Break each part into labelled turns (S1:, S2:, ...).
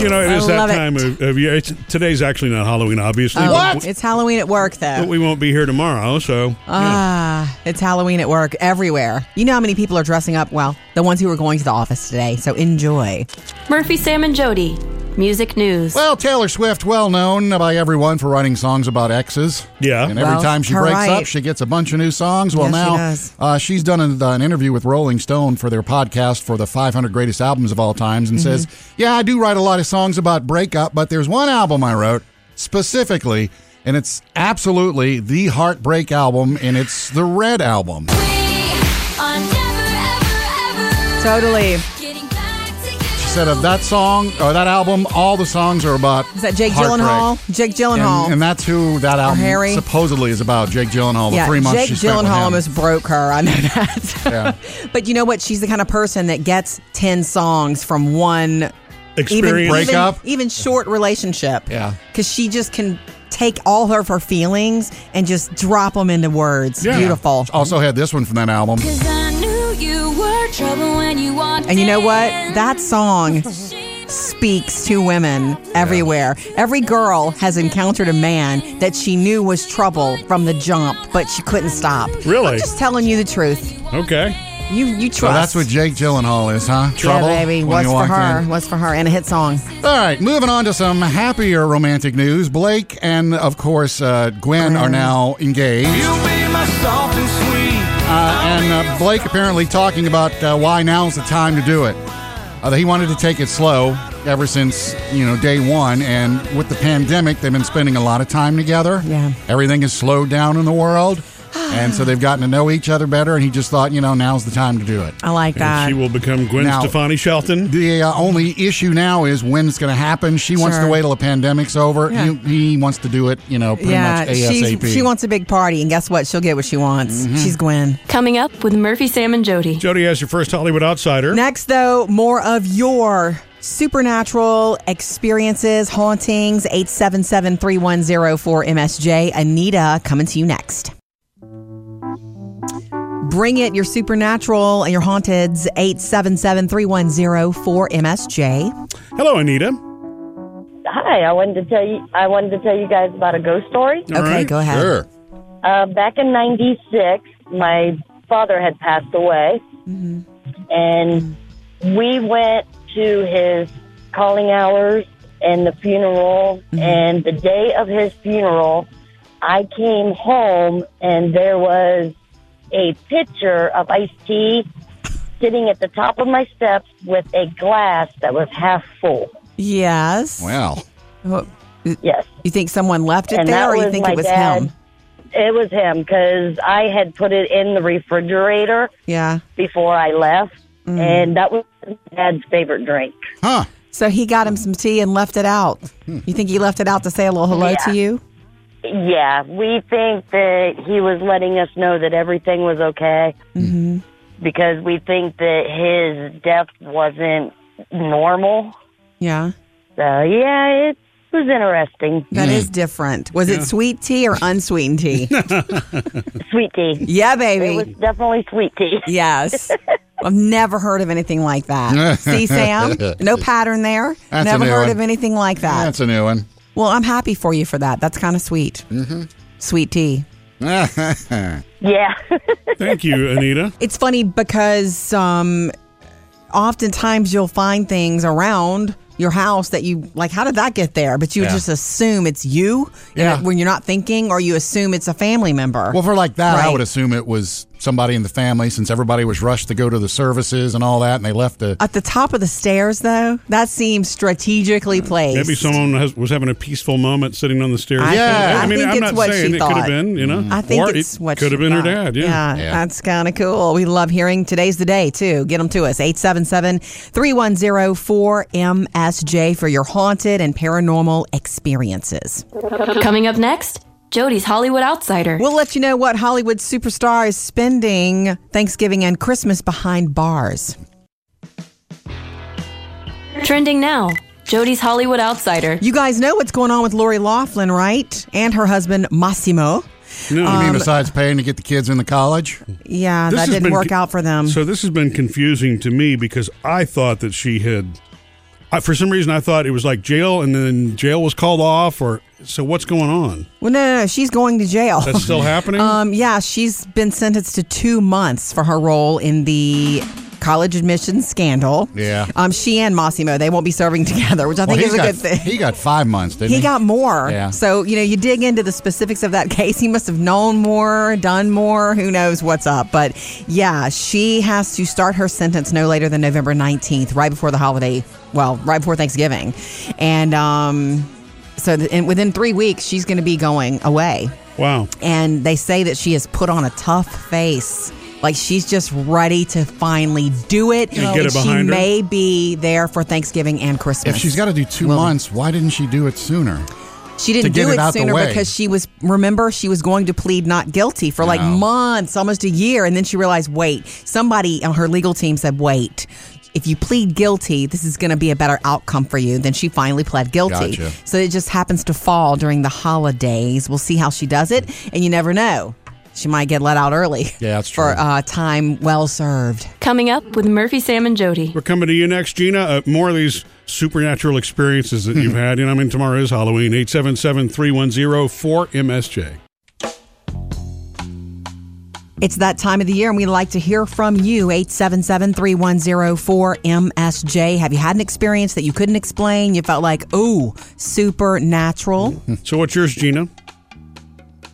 S1: you know, it
S2: I
S1: is that
S2: love it.
S1: time of, of year. It's, today's actually not Halloween, obviously.
S2: Oh,
S1: but
S2: It's Halloween at work, though.
S1: We, we won't be here tomorrow, so. yeah.
S2: Ah, it's Halloween at work everywhere. You know how many people are dressing up? Well, the ones who are going to the office today. So enjoy.
S3: Murphy, Sam, and Jody. Music news.
S4: Well, Taylor Swift, well known by everyone for writing songs about exes.
S1: Yeah.
S4: And every
S2: Well,
S4: time she
S2: her
S4: breaks
S2: right.
S4: up, she gets a bunch of new songs. Well,
S2: Yes, she
S4: now
S2: does.
S4: Uh, she's done an, an interview with Rolling Stone for their podcast for the 500 greatest albums of all times
S2: Mm-hmm.
S4: and says, Yeah, I do write a lot of songs about breakup, but there's one album I wrote specifically, and it's absolutely the heartbreak album, and it's the Red Album.
S2: Totally.
S4: She said, Of that song or that album, all the songs are about.
S2: Is that Jake
S4: heartbreak.
S2: Gyllenhaal? Jake Gyllenhaal.
S4: And, and that's who that album
S2: Harry.
S4: supposedly is about. Jake Gyllenhaal. The
S2: yeah,
S4: three months
S2: Jake
S4: she spent with
S2: Gyllenhaal
S4: him.
S2: almost broke her. I know that.
S4: Yeah.
S2: but you know what? She's the kind of person that gets ten songs from one
S1: Experience.
S2: even
S4: Breakup?
S2: even, even short relationship.
S4: Yeah.
S2: because she just can take all of her feelings and just drop them into words.
S1: Yeah.
S2: Beautiful.
S4: Also had this one from that album.
S2: And you know what? That song speaks to women everywhere. Every girl has encountered a man that she knew was trouble from the jump, but she couldn't stop.
S1: Really?
S2: I'm just telling you the truth.
S1: Okay.
S2: You you trust.
S4: So that's what Jake Gyllenhaal is, huh?
S2: yeah,
S4: Trouble.
S2: baby.
S4: when
S2: What's
S4: you
S2: for
S4: walk
S2: her?
S4: in.
S2: What's for her? And a hit song.
S4: All right, moving on to some happier romantic news. Blake and of course uh, Gwen are now engaged, uh, and uh, Blake apparently talking about uh, why now's the time to do it. Uh, he wanted to take it slow ever since you know day one, and with the pandemic, they've been spending a lot of time together.
S2: Yeah.
S4: everything is slowed down in the world, and so they've gotten to know each other better. And he just thought, you know, now's the time to do it.
S2: I like
S1: And
S2: that.
S1: she will become Gwen
S4: Now-
S1: Stefani Shelton.
S4: The uh, only issue now is when it's going to happen. She wants to
S2: Sure.
S4: wait till the pandemic's over.
S2: Yeah.
S4: He, he wants to do it, you know, pretty
S2: yeah,
S4: much ASAP.
S2: she's, she wants a big party, and guess what? She'll get what she wants.
S4: Mm-hmm.
S2: She's Gwen.
S3: Coming up with Murphy, Sam, and Jody.
S1: Jody has your first Hollywood outsider.
S2: Next, though, more of your supernatural experiences, hauntings, 877 msj Anita, coming to you next. Bring it, your supernatural and your haunteds, 877 msj
S1: Hello, Anita.
S5: Hi, I wanted to tell you. I wanted to tell you guys about a ghost story.
S1: All
S2: Okay,
S1: right.
S2: go ahead.
S4: Sure.
S5: Uh, back in '96, my father had passed away,
S1: Mm-hmm.
S5: and we went to his calling hours and the funeral.
S1: Mm-hmm.
S5: And the day of his funeral, I came home and there was a picture of Ice T sitting at the top of my steps with a glass that was half full.
S2: Yes.
S4: Well,
S2: Well,
S5: Yes.
S2: you think someone left it
S5: And
S2: there,
S5: that
S2: or you
S5: was
S2: think
S5: my
S2: it was
S5: dad.
S2: him?
S5: It was him because I had put it in the refrigerator
S2: Yeah.
S5: before I left, and that was my dad's favorite drink.
S4: huh? Hmm.
S2: So he got him some tea and left it out. You think he left it out to say a little hello
S5: Yeah.
S2: to you?
S5: Yeah, we think that he was letting us know that everything was okay
S4: Mm.
S2: Mm-hmm.
S5: because we think that his death wasn't normal.
S2: Yeah.
S5: So, yeah, it was interesting.
S4: Mm.
S2: That is different. Was it sweet tea or unsweetened tea?
S5: Sweet tea.
S2: yeah,
S5: It was
S2: baby.
S5: definitely sweet tea.
S2: Yes. I've never heard of anything like that. See, Sam? No pattern there.
S4: That's a
S2: never
S4: new
S2: heard
S4: one.
S2: of anything like that.
S4: That's a new one.
S2: well, I'm happy for you for that. That's kind of sweet. Mm-hmm. Sweet tea.
S5: Yeah.
S1: Thank you, Anita.
S2: It's funny because um, oftentimes you'll find things around your house that you like. How did that get there? But you
S4: Yeah.
S2: just assume it's you you know,
S4: Yeah.
S2: when you're not thinking, or you assume it's a family member.
S4: Well, for like that, I
S2: Right.
S4: would assume it was somebody in the family since everybody was rushed to go to the services and all that, and they left the.
S2: At the top of the stairs, though, that seems strategically
S4: Mm.
S2: placed.
S1: Maybe someone has, was having a peaceful moment sitting on the stairs.
S2: I-
S4: Yeah.
S1: I, mean,
S2: I think
S1: am
S2: it's
S1: not
S2: what
S1: saying
S2: she
S1: it could have
S2: thought.
S1: been, you know.
S2: I think
S1: or
S2: it's
S1: it
S2: what
S1: could
S2: she
S1: have been her
S2: thought.
S1: dad. Yeah.
S4: Yeah.
S2: that's kind of cool. We love hearing today's the day too. Get them to us 877-310-4MSJ for your haunted and paranormal experiences.
S3: Coming up next, Jody's Hollywood Outsider.
S2: We'll let you know what Hollywood superstar is spending Thanksgiving and Christmas behind bars.
S3: Trending now, Jody's Hollywood Outsider.
S2: You guys know what's going on with Lori Laughlin, right? And her husband Massimo.
S1: No,
S2: Um,
S4: I mean, besides paying to get the kids into college,
S2: Yeah,
S1: This
S2: Uh, that
S1: has
S2: didn't
S1: been
S2: work
S1: co-
S2: out for them.
S1: So this has been confusing to me because I thought that she had I, for some reason, I thought it was like jail, and then jail was called off. Or so, what's going on?
S2: Well, no, no, no. She's going to jail.
S1: That's still happening.
S2: Um, yeah, she's been sentenced to two months for her role in the college admissions scandal.
S4: Yeah.
S2: Um, she and Massimo, they won't be serving together, which I
S4: Well,
S2: think
S4: he's
S2: is a
S4: got,
S2: good thing.
S4: He got five months, didn't he?
S2: He got more.
S4: Yeah.
S2: So, you know, you dig into the specifics of that case. He must have known more, done more. Who knows what's up? But yeah, she has to start her sentence no later than November 19th, right before the holiday. Well, right before Thanksgiving. And, um, so th- and within three weeks, she's going to be going away
S1: wow.
S2: and they say that she has put on a tough face. Like she's just ready to finally do it.
S1: And get it
S2: she
S1: behind her?
S2: may be there for Thanksgiving and Christmas.
S4: If she's got to do two months, why didn't she do it sooner?
S2: she
S4: to
S2: didn't
S4: get
S2: do
S4: it
S2: it
S4: out the
S2: sooner
S4: way.
S2: because she was remember she was going to plead not guilty for like
S4: No.
S2: months, almost a year, and then she realized, wait, somebody on her legal team said, wait. If you plead guilty, this is going to be a better outcome for you. Then she finally pled guilty.
S4: Gotcha.
S2: So it just happens to fall during the holidays. We'll see how she does it, and you never know. She might get let out early.
S4: Yeah, that's
S2: For
S4: true.
S2: uh, time well served.
S3: Coming up with Murphy, Sam, and Jody.
S1: We're coming to you next, Gina. Uh, more of these supernatural experiences that
S2: Hmm.
S1: you've had. You know, I mean, tomorrow is Halloween. 877 310 4MSJ.
S2: It's that time of the year, and we like to hear from you. 877 3104 MSJ. Have you had an experience that you couldn't explain? You felt like, ooh, supernatural?
S1: So, what's yours, Gina?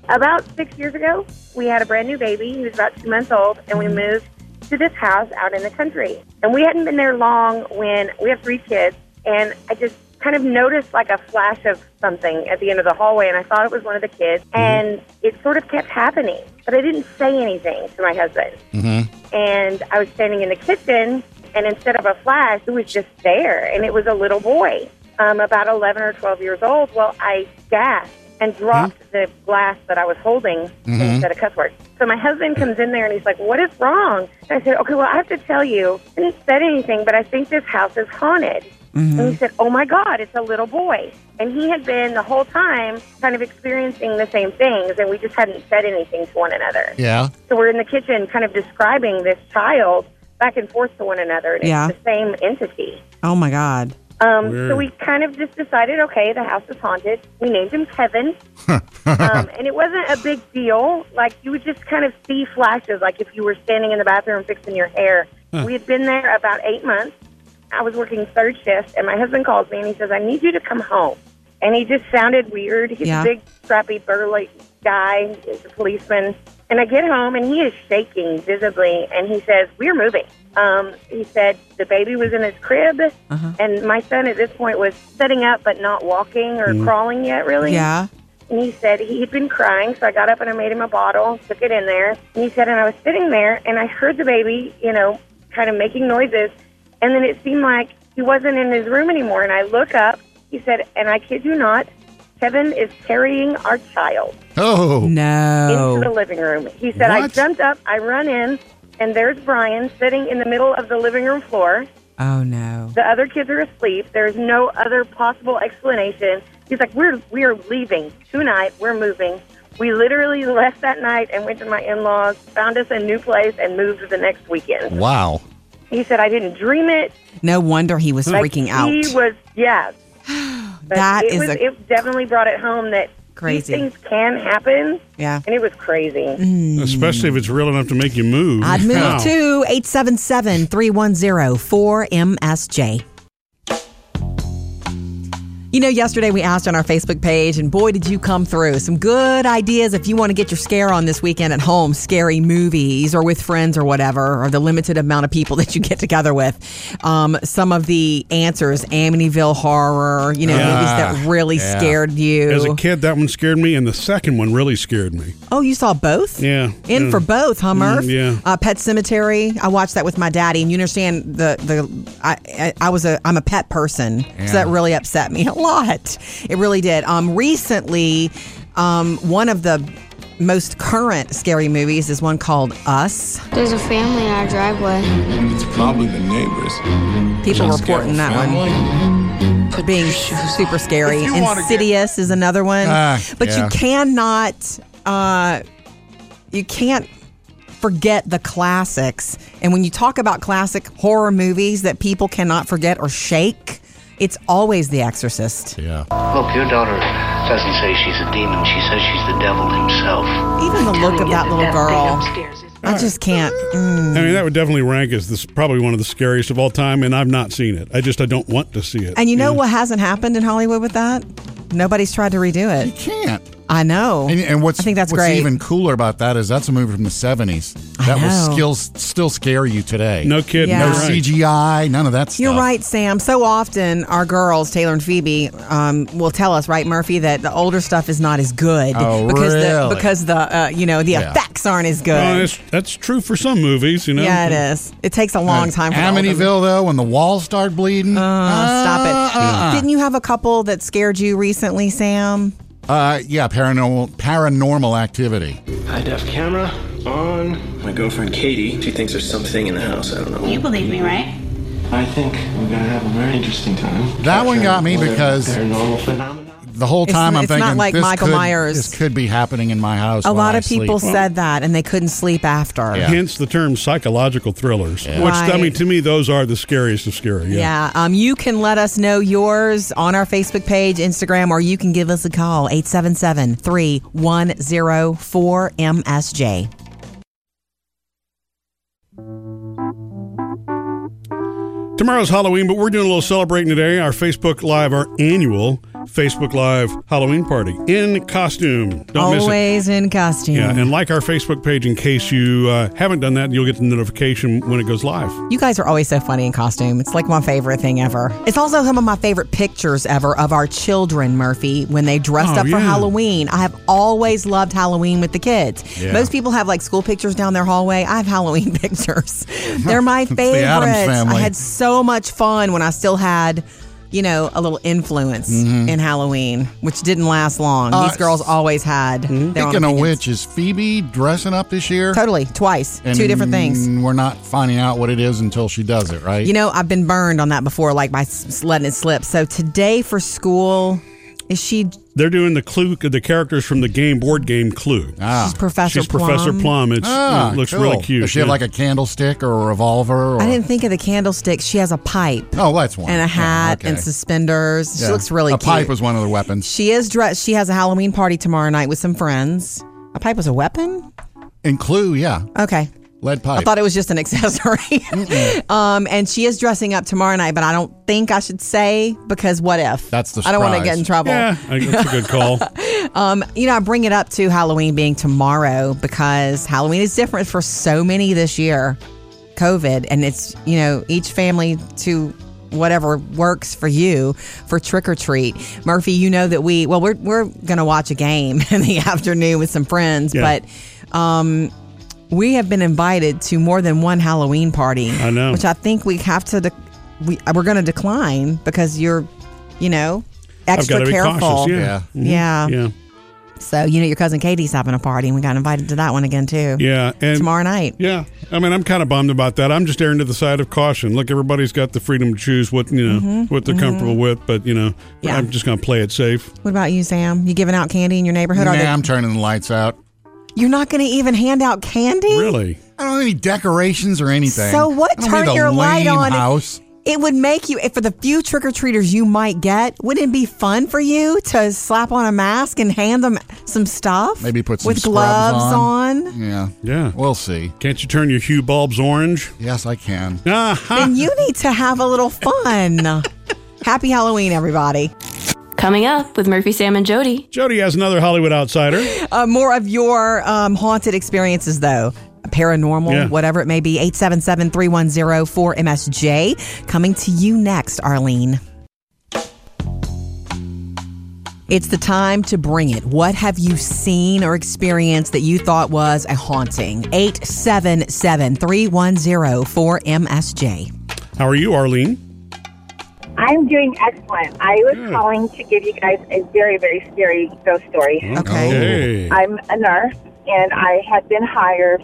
S6: About six years ago, we had a brand new baby. He was about two months old, and we moved to this house out in the country. And we hadn't been there long when we have three kids, and I just kind of noticed like a flash of something at the end of the hallway, and I thought it was one of the kids, and it sort of kept happening, but I didn't say anything to my husband. Mm-hmm. And I was standing in the kitchen, and instead of a flash, it was just there, and it was a little boy, um, about 11 or 12 years old. Well, I gasped and dropped the glass that I was holding instead of cuss words. So my husband comes in there and he's like, "What is wrong?" And I said, "Okay, well, I have to tell you. I didn't say anything, but I think this house is haunted." And he said, "Oh my God, it's a little boy." And he had been the whole time kind of experiencing the same things, and we just hadn't said anything to one another.
S4: Yeah.
S6: So we're in the kitchen, kind of describing this child back and forth to one another, and
S2: Yeah.
S6: it's the same entity.
S2: Oh my God.
S6: Um,
S1: Weird.
S6: so we kind of just decided, okay, the house is haunted. We named him Kevin, um, and it wasn't a big deal. Like you would just kind of see flashes, like if you were standing in the bathroom fixing your hair. We had been there about eight months. I was working third shift, and my husband calls me and he says, "I need you to come home." And he just sounded weird. He's
S2: Yeah.
S6: a big, scrappy, burly guy. He's a policeman. And I get home, and he is shaking visibly, and he says, "We're moving." Um, he said the baby was in his crib, and my son at this point was sitting up but not walking or crawling yet, really.
S2: Mm. Yeah.
S6: And he said he had been crying, so I got up and I made him a bottle, took it in there. And he said, and I was sitting there and I heard the baby, you know, kind of making noises. And then it seemed like he wasn't in his room anymore. And I look up, he said, and I kid you not, Kevin is carrying our child
S4: Oh.
S6: into the
S2: No.
S6: living room. He said, I
S4: What?
S6: jumped up, I run in, and there's Brian sitting in the middle of the living room floor.
S2: Oh no.
S6: The other kids are asleep. There's no other possible explanation. He's like, we're we're leaving tonight. We're moving. We literally left that night and went to my in-laws, found us a new place, and moved the next weekend.
S4: Wow.
S6: He said, I didn't dream it.
S2: No wonder he was
S6: Like,
S2: freaking out.
S6: He was, yeah. But
S2: That
S6: it
S2: is
S6: was,
S2: a-
S6: it definitely brought it home that
S2: Crazy.
S6: these things can happen.
S2: Yeah.
S6: and it was crazy.
S1: Especially if it's real enough to make you move.
S2: I'd Hmm. move
S1: Wow.
S2: to 877 310 4MSJ. You know, yesterday we asked on our Facebook page, and boy, did you come through. Some good ideas if you want to get your scare on this weekend at home, scary movies or with friends or whatever, or the limited amount of people that you get together with. Um, some of the answers Amityville horror, you know,
S4: Yeah.
S2: movies that really
S4: Yeah.
S2: scared you.
S1: As a kid, that one scared me, and the second one really scared me.
S2: Oh, you saw both?
S1: Yeah,
S2: In
S1: yeah.
S2: for both, huh, Murph?
S1: Mm, yeah.
S2: Uh, Pet Cemetery. I watched that with my daddy, and you understand the the I I, I was a I'm a pet person, so that really upset me a lot. It really did. Um, recently, um, one of the most current scary movies is one called Us.
S7: There's a family in our driveway.
S8: It's probably the neighbors.
S2: People reporting that one being super scary.
S8: If you wanna get-
S2: Insidious is another one,
S4: Ah,
S2: but
S4: yeah.
S2: you cannot. Uh, you can't forget the classics. And when you talk about classic horror movies that people cannot forget or shake, It's always The Exorcist.
S4: Yeah.
S9: Look, your daughter doesn't say she's a demon. She says she's the devil himself.
S2: Even the look of that little girl. I just can't. mm.
S1: I mean, that would definitely rank as this probably one of the scariest of all time, and I've not seen it. I just I don't want to see it.
S2: And you know what hasn't happened in Hollywood with that? Nobody's tried to redo
S4: You
S2: it.
S4: can't.
S2: I know.
S4: And, and what's
S2: I think that's
S4: what's
S2: great.
S4: even cooler about that is that's a movie from the seventies
S2: I
S4: that will
S2: know.
S4: still still scare you today.
S1: No kidding.
S2: Yeah.
S4: no
S1: you're right.
S4: CGI, none of that stuff.
S2: You're right, Sam. So often our girls, Taylor and Phoebe, um, will tell us, right, Murphy, that the older stuff is not as good
S4: Oh,
S2: because
S4: really?
S2: the because the uh, you know the
S4: Yeah.
S2: effects aren't as good.
S4: Oh,
S1: Uh, that's, that's true for some movies, you know.
S2: yeah, it is. It takes a long
S4: Uh,
S2: time. for the older-
S4: Amityville though, when the walls start bleeding.
S2: Uh, stop it!
S4: Uh,
S2: Didn't you have a couple that scared you recently, Sam?
S4: uh, yeah, paranormal paranormal activity.
S9: High def camera on. My girlfriend Katie, she thinks there's something in the house. I don't know. You believe me, right? I think we're gonna have a very interesting time.
S4: That one got me
S9: Capturing
S4: because-
S9: whatever paranormal phenomena.
S4: The whole
S2: It's-
S4: time I'm
S2: it's not
S4: thinking
S2: like
S4: this
S2: Michael
S4: could,
S2: Myers.
S4: This could be happening in my house.
S2: A
S4: while
S2: lot
S4: I
S2: of people
S4: sleep.
S2: said that, and they couldn't sleep after.
S4: Yeah.
S1: Hence the term psychological thrillers, which I
S2: Right.
S1: mean to me those are the scariest of scary. Yeah.
S2: Yeah. Um, you can let us know yours on our Facebook page, Instagram, or you can give us a call 877 3104 MSJ.
S1: Tomorrow's Halloween, but we're doing a little celebrating today. Our Facebook Live, our annual Facebook Live Halloween party in costume. Don't miss it.
S2: Always in costume.
S1: Yeah, and like our Facebook page in case you uh, haven't done that, you'll get the notification when it goes live.
S2: you guys are always so funny in costume. It's like my favorite thing ever. It's also some of my favorite pictures ever of our children, Murphy, when they dressed
S1: Oh,
S2: up for
S1: yeah.
S2: Halloween. I have always loved Halloween with the kids. Most people have like school pictures down their hallway. I have Halloween pictures. They're my favorites.
S4: the Addams
S2: I
S4: family.
S2: had so much fun when I still had, you know, a little influence in Halloween, which didn't last long.
S4: Mm-hmm. Uh,
S2: These girls always had. Their own
S4: Speaking of
S2: opinions.
S4: which, is Phoebe dressing up this year?
S2: totally twice,
S4: And
S2: two different things.
S4: We're not finding out what it is until she does it, right?
S2: You know, I've been burned on that before, like by s- letting it slip. So today for school, is she?
S1: They're doing the clue, the characters from the game board game Clue.
S2: she's Professor.
S1: She's Professor Plum. It's,
S4: Ah,
S1: it looks
S4: cool.
S1: really cute.
S4: Does she have
S1: yeah.
S4: like a candlestick or a revolver? Or,
S2: I didn't think of the candlestick. She has a pipe
S4: Oh, that's one.
S2: and a hat
S4: Yeah,
S2: and
S4: okay.
S2: suspenders.
S4: Yeah.
S2: She looks really
S4: A
S2: cute.
S4: pipe was one of the weapons,
S2: she is dressed. She has a Halloween party tomorrow night with some friends. A pipe was a weapon.
S4: and clue, yeah,
S2: Okay.
S4: lead pipe.
S2: I thought it was just an accessory. um, and she is dressing up tomorrow night, but I don't think I should say because what if?
S4: That's the
S2: I don't want to
S4: surprise.
S2: get in trouble.
S1: Yeah, I- that's a good call.
S2: Um, You know, I bring it up to Halloween being tomorrow because Halloween is different for so many this year, COVID, and it's, you know, each family to whatever works for you for trick or treat. Murphy, you know that we, well, we're, we're going to watch a game in the afternoon with some friends,
S1: Yeah.
S2: but, um, we have been invited to more than one Halloween party.
S1: I know.
S2: Which I think we have to, de- we, uh, we're going to decline because you're, you know,
S1: I've got
S2: extra
S1: to be
S2: careful.
S1: cautious.
S4: Yeah.
S1: Yeah. Mhm.
S2: Yeah.
S1: Yeah.
S2: So you know your cousin Katie's having a party, and we got invited to that one again too.
S1: Yeah. And
S2: tomorrow night.
S1: Yeah, I mean, I'm kind of bummed about that. I'm just erring to the side of caution. Look, everybody's got the freedom to choose what you know what they're comfortable with, but you know,
S2: Mm-hmm. Yeah.
S1: I'm just going to play it safe.
S2: What about you, Sam? You giving out candy in your neighborhood?
S4: Nah,
S2: Are they-
S4: I'm turning the lights out.
S2: you're not going to even hand out candy.
S1: Really?
S4: I don't have any decorations or anything.
S2: So what?
S4: I don't
S2: Turn
S4: need a
S2: your light
S4: lame
S2: on.
S4: House.
S2: It would make you for the few trick or treaters you might get. Wouldn't it be fun for you to slap on a mask and hand them some stuff?
S4: Maybe put some
S2: with
S4: scrubs
S2: gloves
S4: on.
S2: on.
S4: Yeah.
S1: Yeah.
S4: We'll see.
S1: Can't you turn your hue bulbs orange?
S4: Yes, I can.
S1: Aha!
S2: And you need to have a little fun. Happy Halloween, everybody.
S3: Coming up with Murphy, Sam, and Jody.
S1: Jody has another Hollywood outsider.
S2: Uh, more of your um, haunted experiences, though. Paranormal,
S1: Yeah.
S2: whatever it may be. 877 310 4MSJ. Coming to you next, Arlene. It's the time to bring it. What have you seen or experienced that you thought was a haunting? 877 310 4MSJ.
S1: How are you, Arlene?
S6: I'm doing excellent. I was calling to give you guys a very, very scary ghost story.
S2: Okay.
S1: Hey.
S6: I'm a nurse, and I had been hired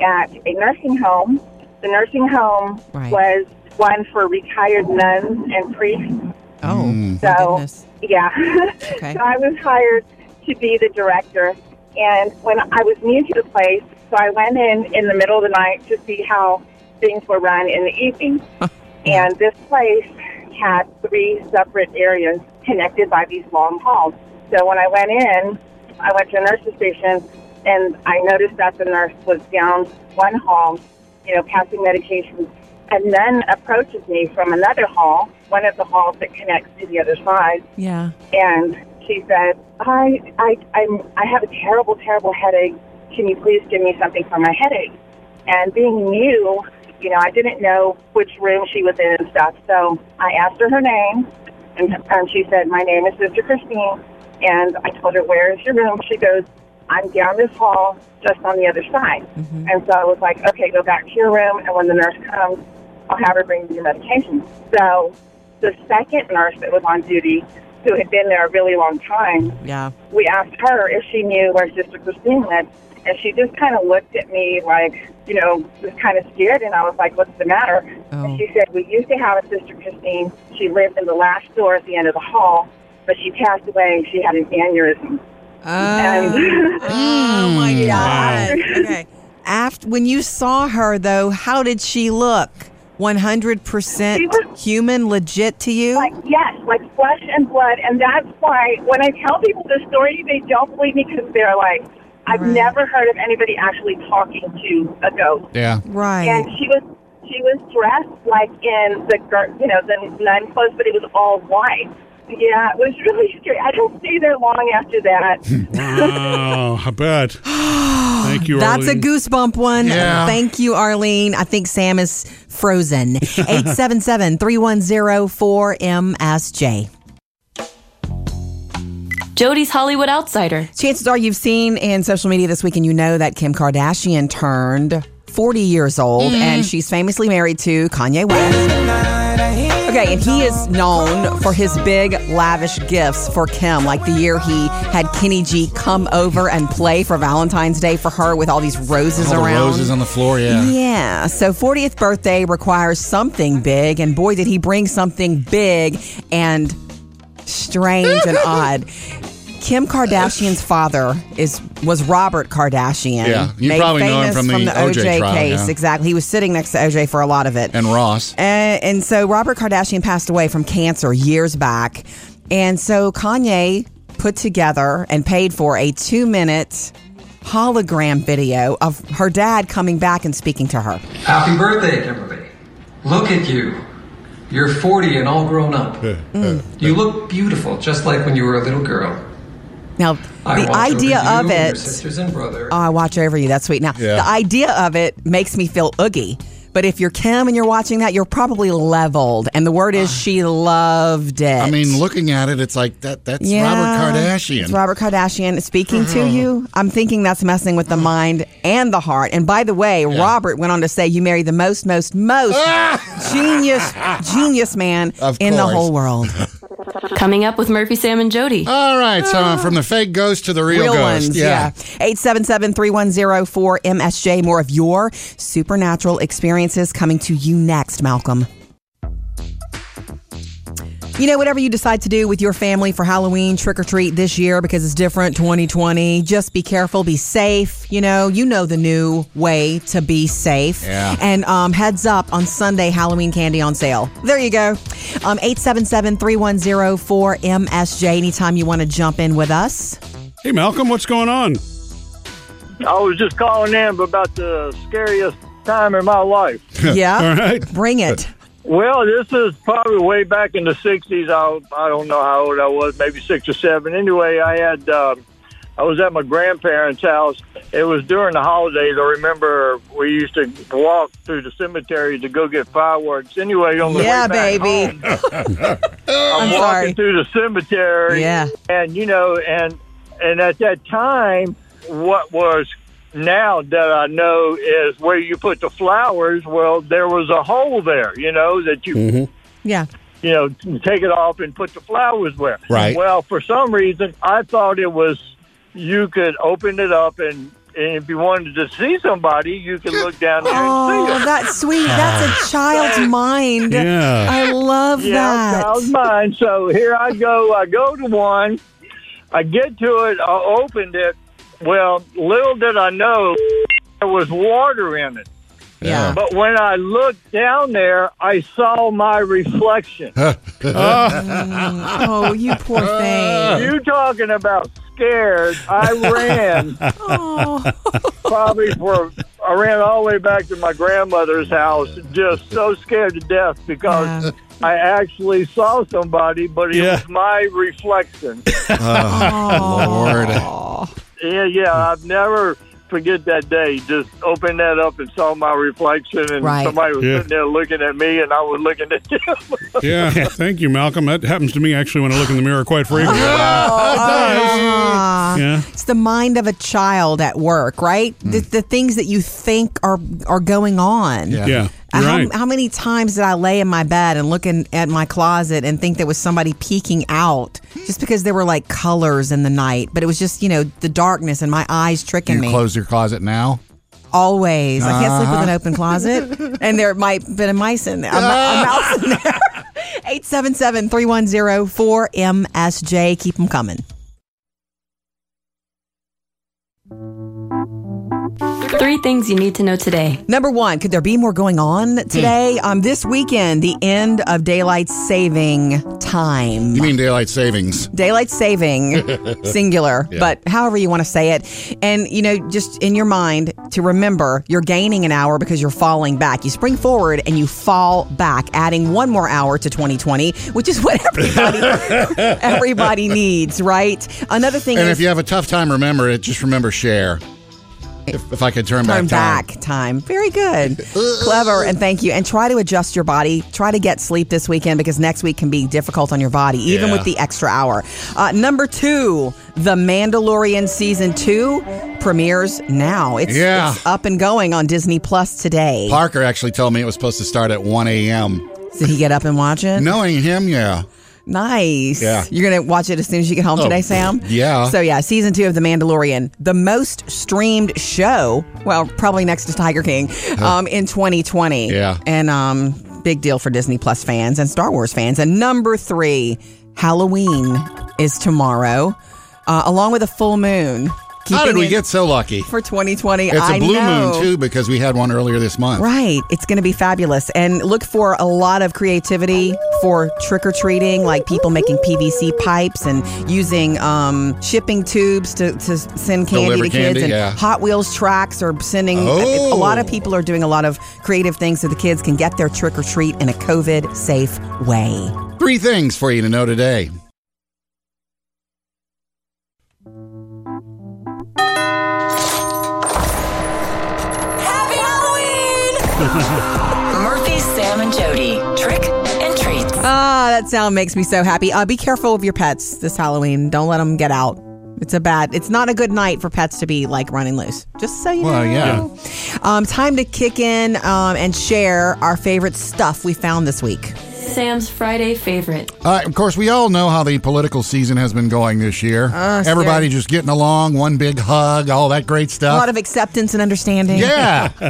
S6: at a nursing home. The nursing home
S2: Right.
S6: was one for retired nuns and priests.
S2: Oh, my
S6: So,
S2: goodness.
S6: yeah.
S2: Okay.
S6: so I was hired to be the director. And when I was new to the place, so I went in in the middle of the night to see how things were run in the evening. and this place
S8: had three separate areas connected by these long halls. So when I went in, I went to a nurse's station and I noticed that the nurse was down one hall, you know, passing medications, and then approaches me from another hall, one of the halls that connects to the other side
S2: Yeah.
S8: and she said, "I, I, I'm, I have a terrible, terrible headache. Can you please give me something for my headache?" And being new, you know, I didn't know which room she was in and stuff. So I asked her her name, and, and she said, "My name is Sister Christine." And I told her, "Where is your room?" She goes, "I'm down this hall, just on the other side." And so I was like, "Okay, go back to your room, and when the nurse comes, I'll have her bring you your medication." So the second nurse that was on duty, who had been there a really long time,
S2: Yeah.
S8: we asked her if she knew where Sister Christine lived, and she just kind of looked at me like, you know, was kind of scared, and I was like, what's the matter?
S2: Oh.
S8: And she said, we used to have a Sister Christine. She lived in the last door at the end of the hall, but she passed away. She had an aneurysm.
S2: Oh, oh my
S4: Hmm.
S10: Mm.
S2: God. Okay. After when you saw her though, how did she look? One hundred percent human, legit to you?
S8: Like, yes, like flesh and blood. And that's why when I tell people this story, they don't believe me because they're like, I've
S2: Right.
S8: never heard of anybody actually talking to a ghost.
S4: Yeah.
S2: right.
S8: and she was she was dressed like in the gar- you know the nun clothes, but it was all white. Yeah, it was really scary. I didn't stay there long after that.
S1: Wow, Oh, I bet. Thank you,
S2: That's a
S1: Arlene.
S2: goosebump one.
S4: Yeah.
S2: Thank you, Arlene. I think Sam is frozen. 877 310 4MSJ.
S11: Jody's Hollywood Outsider.
S2: Chances are you've seen in social media this week, and you know that Kim Kardashian turned 40 years old,
S11: Mm-hmm.
S2: and she's famously married to Kanye West. Okay, and he is known for his big, lavish gifts for Kim, like the year he had Kenny G come over and play for Valentine's Day for her with all these roses
S4: All the
S2: around.
S4: roses on the floor, yeah.
S2: Yeah. So 40th birthday requires something big, and boy, did he bring something big and strange and odd. Kim Kardashian's father is was Robert Kardashian.
S4: Yeah, you
S2: made
S4: probably know him
S2: famous
S4: from the
S2: OJ,
S4: OJ trial,
S2: case.
S4: yeah.
S2: Exactly. He was sitting next to OJ for a lot of it.
S4: And Ross.
S2: And, and so Robert Kardashian passed away from cancer years back. And so Kanye put together and paid for a two minute hologram video of her dad coming back and speaking to her.
S12: Happy birthday, Kimberly. Look at you. You're 40 and all grown up. You look beautiful, just like when you were a little girl.
S2: Now,
S12: I
S2: the
S12: watch over
S2: idea
S12: you
S2: of
S12: and your
S2: it,
S12: sisters and brother.
S2: oh, I watch over you. That's sweet. Now,
S4: Yeah.
S2: the idea of it makes me feel oogie. But if you're Kim and you're watching that, you're probably leveled. And the word is she loved it.
S4: I mean, looking at it, it's like that. That's Robert Kardashian.
S2: It's Robert Kardashian speaking to you. I'm thinking that's messing with the mind and the heart. And by the way, Robert went on to say you married the most, most, most genius, genius man
S4: Ah! Of
S2: in the
S4: course.
S2: whole world.
S11: Coming up with Murphy, Sam, and Jody. Ah.
S4: All right, so uh, from the fake ghost to the real,
S2: Real
S4: ghost.
S2: ones, yeah. 877-310-4MSJ. More of your supernatural experiences coming to you next, Malcolm. You know, whatever you decide to do with your family for Halloween trick or treat this year because it's different 2020, just be careful, be safe. You know, you know the new way to be safe.
S1: Uh-huh.
S4: Yeah.
S2: And um, heads up on Sunday, Halloween candy on sale. There you go. Um, 877 310 4MSJ. Anytime you want to jump in with us.
S1: hey, Malcolm, what's going on?
S13: I was just calling in about the scariest time in my life.
S2: yeah.
S1: All right.
S2: Bring it.
S13: Well, this is probably way back in the '60s. I I don't know how old I was, maybe six or seven. Anyway, I had um, I was at my grandparents' house. It was during the holidays. I remember we used to walk through the cemetery to go get fireworks. Anyway, on the
S2: Yeah,
S13: way back
S2: baby.
S13: home, I'm,
S2: I'm
S13: walking
S2: sorry.
S13: through the cemetery.
S2: Yeah.
S13: And you know, and and at that time, what was now that I know is where you put the flowers. Well, there was a hole there, you know, that you
S14: Mm-hmm.
S2: Yeah.
S13: you know take it off and put the flowers where.
S4: Right.
S13: Well, for some reason, I thought it was you could open it up and. And if you wanted to see somebody, you could look down there and see
S2: Oh,
S13: them.
S2: that's sweet. That's a child's mind.
S1: Yeah.
S2: I love
S13: Yeah, that was
S2: that.
S13: mine. So here I go. I go to one. I get to it. I opened it. Well, little did I know there was water in it.
S2: Yeah.
S13: But when I looked down there, I saw my reflection.
S2: oh, you poor thing.
S13: You talking about scared? I ran
S2: Oh.
S13: probably for I ran all the way back to my grandmother's house, just so scared to death because I actually saw somebody, but it
S1: Yeah.
S13: was my reflection.
S4: Oh,
S13: yeah, yeah, I've never forget that day. Just opened that up and saw my reflection, and
S2: Right.
S13: somebody was
S1: Yeah.
S13: sitting there looking at me, and I was looking at them.
S1: Yeah, thank you, Malcolm. That happens to me actually when I look in the mirror quite frequently.
S2: Oh.
S4: Oh,
S2: Aw.
S1: Yeah. Hmm.
S2: It's the mind of a child at work, right? The, the things that you think are are going on.
S4: Yeah.
S1: Yeah,
S2: Uh,
S1: you're
S2: How,
S1: right.
S2: how many times did I lay in my bed and look in, at my closet and think there was somebody peeking out just because there were like colors in the night, but it was just, you know, the darkness and my eyes
S4: Do
S2: tricking
S4: you
S2: me.
S4: close your closet now?
S2: Always. I can't sleep with an
S4: Uh-huh.
S2: open closet. and there might have been a mice in there. A, mi- a mouse in there. 877 310 4MSJ. Keep them coming.
S3: Three things you need to know today. Hmm.
S2: Number one, could there be more going on today? Um, this weekend, the end of daylight saving time.
S4: You mean daylight savings?
S2: daylight saving singular but however you want to say it and you know just in your mind to remember you're gaining an hour because you're falling back you spring forward and you fall back adding one more hour to 2020 which is what everybody everybody needs right another thing
S4: And
S2: is
S4: if you have a tough time, remember it. Just remember share. If, if I could turn,
S2: Turn
S4: back,
S2: back time. Very good. Clever. And thank you. And try to adjust your body. Try to get sleep this weekend because next week can be difficult on your body, even
S4: Yeah.
S2: with the extra hour. Uh, number two, The Mandalorian Season 2 premieres now. It's,
S4: Yeah.
S2: it's up and going on Disney Plus today.
S4: time. Parker actually told me it was supposed to start at 1 a.m.
S2: Did he get up and watch it?
S4: Knowing him, yeah.
S2: Nice.
S4: Yeah.
S2: You're going to watch it as soon as you get home
S4: Oh,
S2: today, Sam?
S4: yeah.
S2: So, yeah, season two of The Mandalorian, the most streamed show, well, probably next to Tiger King, um, in 2020.
S4: Yeah.
S2: And um, big deal for Disney Plus fans and Star Wars fans. And number three, Halloween is tomorrow, uh, along with a full moon.
S4: How did
S2: Keeping
S4: we
S2: it
S4: get so lucky?
S2: For 2020.
S4: It's
S2: I
S4: a blue
S2: know.
S4: moon too because we had one earlier this month.
S2: Right. It's going to be fabulous. And look for a lot of creativity for trick or treating, like people making PVC pipes and using um, shipping tubes to, to send candy
S4: Deliver
S2: to kids.
S4: candy,
S2: and
S4: yeah.
S2: Hot Wheels tracks are sending.
S4: Oh.
S2: A lot of people are doing a lot of creative things so the kids can get their trick or treat in a COVID safe way.
S4: Three things for you to know today.
S10: Happy Halloween! Murphy, Sam, and Jody. Trick and treats.
S2: Ah, that sound makes me so happy. Uh, be careful of your pets this Halloween. Don't let them get out. It's a bad. It's not a good night for pets to be like running loose. Just so you
S4: Well,
S2: know.
S4: yeah.
S2: Um, time to kick in um, and share our favorite stuff we found this week.
S3: Sam's Friday favorite.
S4: Uh, of course, we all know how the political season has been going this year.
S2: Oh,
S4: Everybody just getting along, one big hug, all that great
S2: A
S4: stuff.
S2: lot of acceptance and
S4: Uh,
S2: understanding.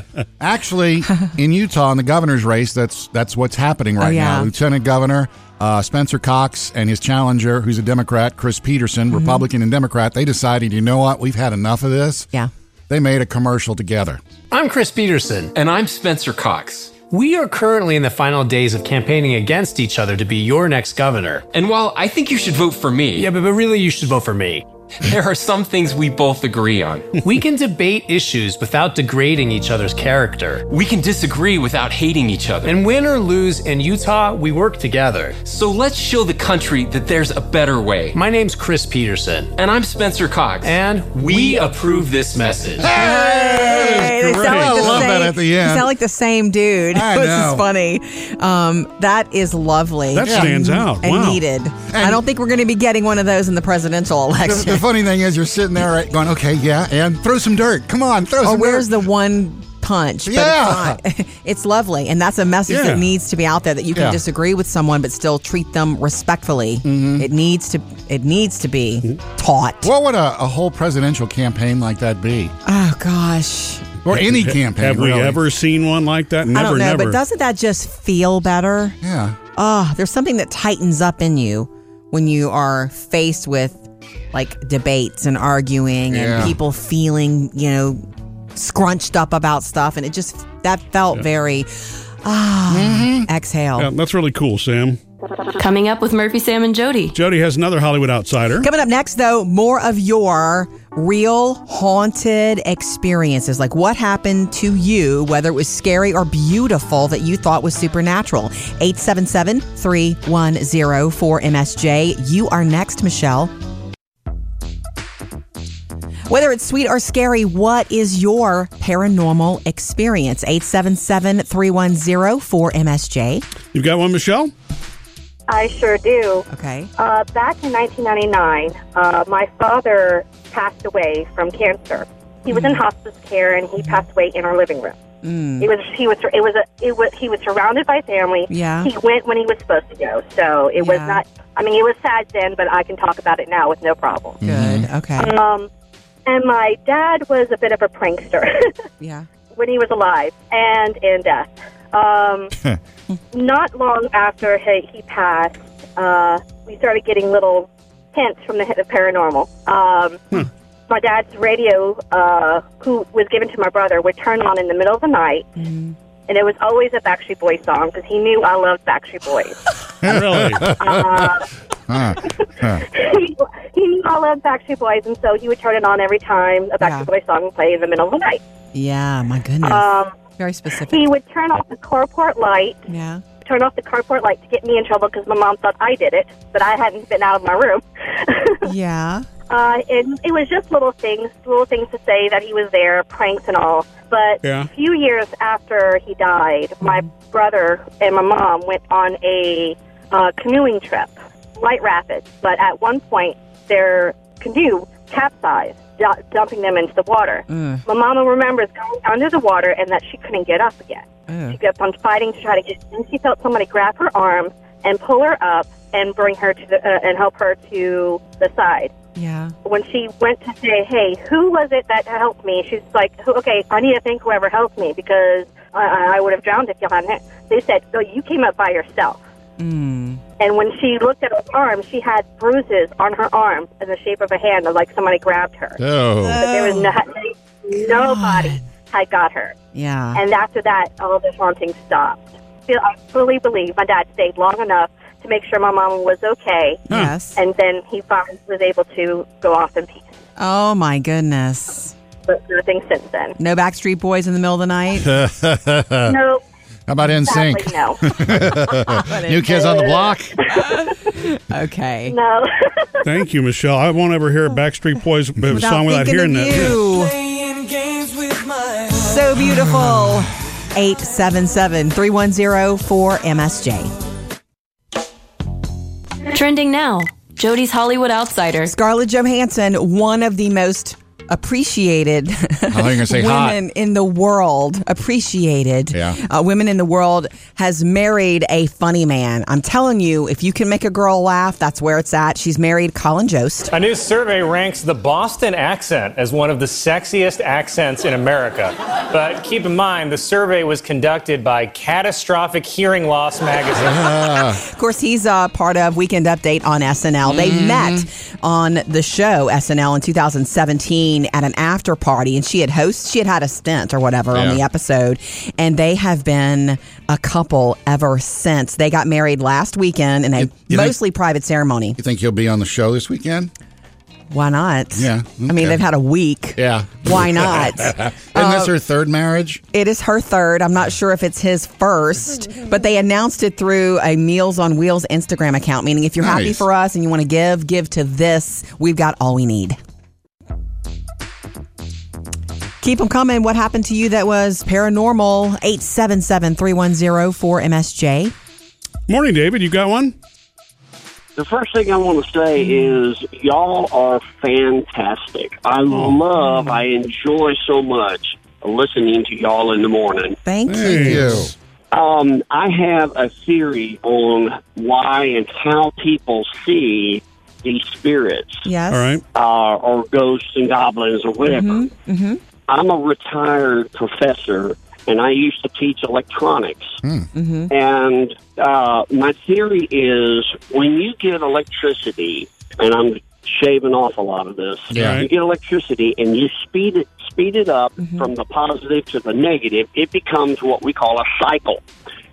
S4: yeah, actually, in Utah, in the governor's race, that's that's what's happening right
S2: Oh, yeah.
S4: now. Lieutenant Governor uh, Spencer Cox and his challenger, who's a Democrat, Chris Peterson,
S2: Mm-hmm.
S4: Republican and Democrat, they decided, you know what, we've had enough of this.
S2: Yeah.
S4: They made a commercial together.
S15: I'm Chris Peterson. And I'm Spencer Cox. We are currently in the final days of campaigning against each other to be your next governor.
S16: And while I think you should vote for me,
S15: Yeah, but, but really, you should vote for me.
S16: there are some things we both agree on.
S15: we can debate issues without degrading each other's character.
S16: We can disagree without hating each other.
S15: And win or lose in Utah, we work together.
S16: So let's show the country that there's a better way.
S15: My name's Chris Peterson.
S16: And I'm Spencer Cox.
S15: And
S16: we, approve this message.
S2: Hey, they sound like
S4: I
S2: the
S4: love
S2: same,
S4: that at the end.
S2: They sound like the same dude.
S4: I
S2: which
S4: know.
S2: is funny. Um, that is lovely.
S1: That
S2: Yeah.
S1: stands out.
S2: And
S1: Wow.
S2: needed. I don't think we're going to be getting one of those in the presidential
S4: The,
S2: election.
S4: the funny thing is, you're sitting there right, going, okay, yeah, and throw some dirt. Come on, throw
S2: Or
S4: some
S2: Oh, where's
S4: dirt.
S2: the one punch? But
S4: Yeah.
S2: It's, not. It's lovely. And that's a message
S1: Yeah.
S2: that needs to be out there that you can
S4: Yeah.
S2: disagree with someone but still treat them respectfully.
S4: Mm-hmm.
S2: It needs to it needs to be taught.
S4: What would a, a whole presidential campaign like that be?
S2: Oh gosh.
S4: Or any campaign?
S1: Have we
S4: really.
S1: ever seen one like that? Never,
S2: I don't know,
S1: never.
S2: but doesn't that just feel better?
S4: Yeah.
S2: Oh, there's something that tightens up in you when you are faced with like debates and arguing
S4: Yeah.
S2: and people feeling, you know, scrunched up about stuff, and it just that felt very ah
S4: Mm-hmm.
S2: exhale.
S1: Yeah, that's really cool, Sam.
S3: Coming up with Murphy, Sam, and Jody.
S1: Jody has another Hollywood outsider.
S2: Coming up next, though, more of your real haunted experiences. Like what happened to you, whether it was scary or beautiful, that you thought was supernatural. 877 310 4MSJ. You are next, Michelle. Whether it's sweet or scary, what is your paranormal experience? 877 310 4MSJ.
S1: You've got one, Michelle?
S17: I sure do.
S2: Okay.
S17: Uh, back in 1999, uh, my father passed away from cancer. He was in
S2: Hmm.
S17: hospice care, and he passed away in our living room.
S2: Mm.
S17: It was he was it was a, it was he was surrounded by family.
S2: Yeah.
S17: He went when he was supposed to go, so it was
S2: Yeah.
S17: not. I mean, it was sad then, but I can talk about it now with no problem.
S2: Good. Okay.
S17: Um, and my dad was a bit of a prankster
S2: Yeah.
S17: when he was alive and in death. Um, not long after he, he passed, uh, we started getting little hints from the hit of paranormal. Um, My dad's radio, uh, who was given to my brother, would turn on in the middle of the night,
S2: Mm.
S17: and it was always a Backstreet Boys song because he knew I loved Backstreet Boys.
S1: really? Uh,
S17: he, he knew I loved Backstreet Boys, and so he would turn it on every time a Backstreet Boys song would play in the middle of the night.
S2: Yeah. My goodness.
S17: Um,
S2: Hmm. Very specific.
S17: he would turn off the carport light,
S2: Yeah.
S17: turn off the carport light to get me in trouble because my mom thought I did it, but I hadn't been out of my room.
S2: Yeah.
S17: Uh, and it was just little things, little things to say that he was there, pranks and all. But
S18: Yeah.
S17: a few years after he died, my brother and my mom went on a uh, canoeing trip, light rapids. But at one point, their canoe capsized, du- dumping them into the water. My mama remembers going under the water and that she couldn't get up again. She kept on fighting to try to get. And she felt somebody grab her arm and pull her up and bring her to the uh, and help her to the side.
S2: Yeah.
S17: When she went to say, "Hey, who was it that helped me?" She's like, "Who- "Okay, I need to thank whoever helped me because I- I, I would have drowned if you hadn't." They said, "No, you came up by yourself."
S2: Mm.
S17: And when she looked at her arm, she had bruises on her arm in the shape of a hand, like somebody grabbed her. But there was no, nobody had got her.
S2: Yeah.
S17: And after that, all the haunting stopped. Feel- I fully believe my dad stayed long enough to make sure my mom was okay.
S2: Yes.
S17: And then he finally was able to go off in peace.
S2: Oh my goodness.
S17: But nothing since then.
S2: No Backstreet Boys in the middle of the night.
S17: no.
S4: How about NSYNC?
S17: Sadly, no.
S4: New Kids on the Block.
S2: okay.
S17: No.
S1: Thank you, Michelle. I won't ever hear a Backstreet Boys b-
S2: Without
S1: song without
S2: thinking
S1: hearing
S2: of
S1: that.
S2: you. So beautiful. 877 310 4MSJ.
S3: Trending now. Jody's Hollywood Outsider.
S2: Scarlett Johansson, one of the most appreciated
S4: thought you were gonna say hot.
S2: women in the world, appreciated uh, women in the world, has married a funny man. I'm telling you, if you can make a girl laugh, that's where it's at. She's married Colin Jost.
S19: A new survey ranks the Boston accent as one of the sexiest accents in America. But keep in mind, the survey was conducted by Catastrophic Hearing Loss magazine.
S2: Of course, he's uh, part of Weekend Update on SNL. They
S4: Mm-hmm.
S2: met on the show SNL in 2017 at an after party, and she had host. She had had a stint or whatever on the episode, and they have been a couple ever since. They got married last weekend in a
S4: you think-
S2: mostly private ceremony.
S4: You think he'll be on the show this weekend?
S2: Why not?
S4: Yeah.
S2: I mean,
S4: okay.
S2: they've had a week.
S4: Yeah.
S2: Why not?
S4: Isn't
S2: Uh,
S4: this her third marriage?
S2: It is her third. I'm not sure if it's his first, but they announced it through a Meals on Wheels Instagram account, meaning if you're happy
S4: Nice.
S2: for us and you want to give, give to this. We've got all we need. Keep them coming. What happened to you that was paranormal? 877 310 4MSJ.
S1: Morning, David. You got one?
S14: The first thing I want to say is y'all are fantastic. I love, I enjoy so much listening to y'all in the morning.
S2: Thank
S4: you.
S14: Um, I have a theory on why and how people see these spirits
S2: Yes.
S1: All right.
S14: uh, or ghosts and goblins or whatever.
S2: Mm-hmm.
S14: I'm a retired professor, and I used to teach electronics.
S4: Hmm.
S2: Mm-hmm.
S14: And uh, my theory is when you get electricity, and I'm shaving off a lot of this.
S18: Yeah.
S14: You get electricity and you speed it speed it up from the positive to the negative, it becomes what we call a cycle.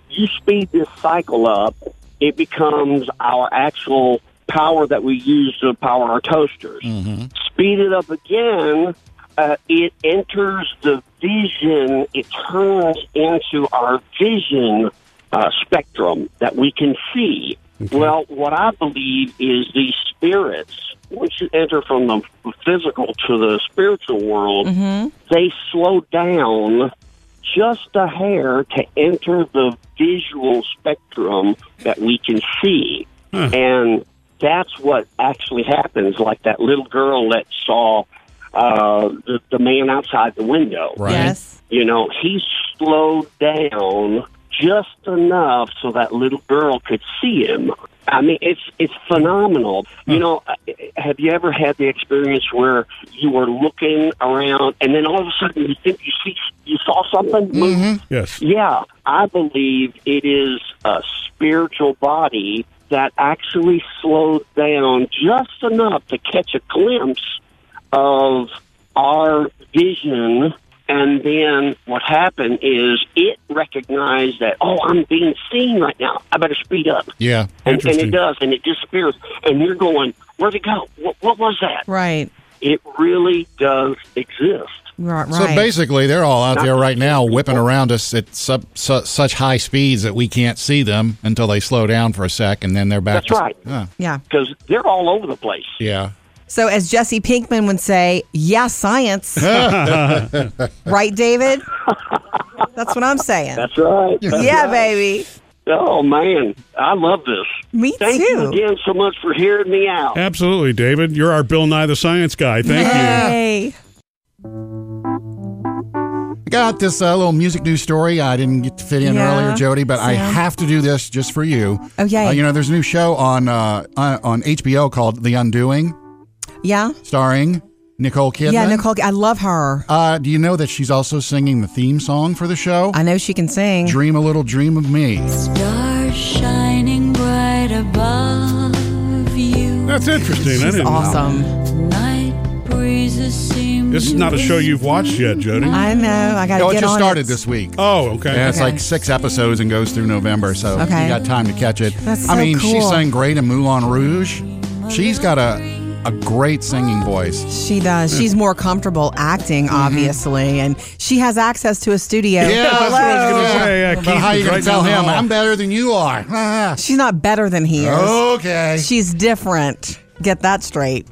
S14: You speed this cycle up, it becomes our actual power that we use to power our toasters.
S1: Mm-hmm.
S14: Speed it up again, uh, it enters the vision, it turns into our vision uh, spectrum that we can see. Well, what I believe is these spirits, once you enter from the physical to the spiritual world,
S2: Mm-hmm.
S14: they slow down just a hair to enter the visual spectrum that we can see. And that's what actually happens, like that little girl that saw uh, the, the man outside the window.
S4: Right. Yes.
S14: You know, he slowed down just enough so that little girl could see him. I mean, it's it's phenomenal. You know, uh, have you ever had the experience where you were looking around and then all of a sudden you think you see you saw something? move?
S4: Mm-hmm.
S1: Yes.
S14: Yeah, I believe it is a spiritual body that actually slowed down just enough to catch a glimpse of our vision. And then what happened is it recognized that, oh, I'm being seen right now. I better speed up.
S4: Yeah.
S14: And, and it does, and it disappears. And you're going, where'd it go? What, what was that?
S2: Right.
S14: It really does exist.
S2: Right.
S4: So basically, they're all out there right now whipping around us at sub, su- such high speeds that we can't see them until they slow down for a sec, and then they're back.
S14: That's right.
S4: Yeah.
S2: Yeah.
S14: Because they're all over the place.
S4: Yeah.
S2: So, as Jesse Pinkman would say, yeah, science. right, David? That's what I'm saying.
S14: That's right. That's
S2: yeah,
S14: right.
S2: baby.
S14: Oh, man. I love this.
S2: Me
S14: Thank
S2: too.
S14: you again so much for hearing me out.
S1: Absolutely, David. You're our Bill Nye the Science Guy. Thank you.
S2: Hey.
S4: I got this uh, little music news story. I didn't get to fit in
S2: Yeah.
S4: earlier, Jody, but I
S2: Yeah.
S4: have to do this just for you.
S2: Oh, yay.
S4: Uh, you know, there's a new show on uh, on on HBO called The Undoing,
S2: Yeah.
S4: starring Nicole Kidman.
S2: Yeah, Nicole, I love her.
S4: Uh, do you know that she's also singing the theme song for the show?
S2: I know she can sing.
S4: Dream a little dream of me.
S10: Stars shining bright above you.
S1: That's interesting. I
S2: She's
S1: didn't know.
S2: awesome.
S10: Night breezes seem
S1: This is not a show you've watched yet, Jody.
S2: I know. Oh, I got to
S4: No,
S2: get
S4: Oh, it just
S2: on
S4: started
S2: it.
S4: this week.
S1: Oh, okay.
S4: Yeah, it's
S2: Okay.
S4: like six episodes and goes through November, so
S2: Okay.
S4: you got time to catch it.
S2: That's
S4: I
S2: so
S4: mean, she
S2: cool.
S4: sang great in Moulin Rouge. She's got a a great singing voice.
S2: She does. She's more comfortable acting, obviously, and she has access to a studio.
S1: that's what I was gonna say. Yeah,
S4: But
S1: Keith
S4: how
S1: is
S4: you gonna
S1: right
S4: tell
S1: down the
S4: him
S1: hall.
S4: I'm better than you are? Ah.
S2: She's not better than he is.
S4: okay.
S2: She's different. Get that straight.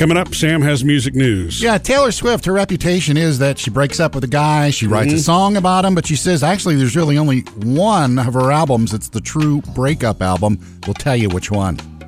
S1: Coming up, Sam has music news.
S4: Yeah, Taylor Swift, her reputation is that she breaks up with a guy, she writes a song about him, but she says actually there's really only one of her albums that's the true breakup album. We'll tell you which one.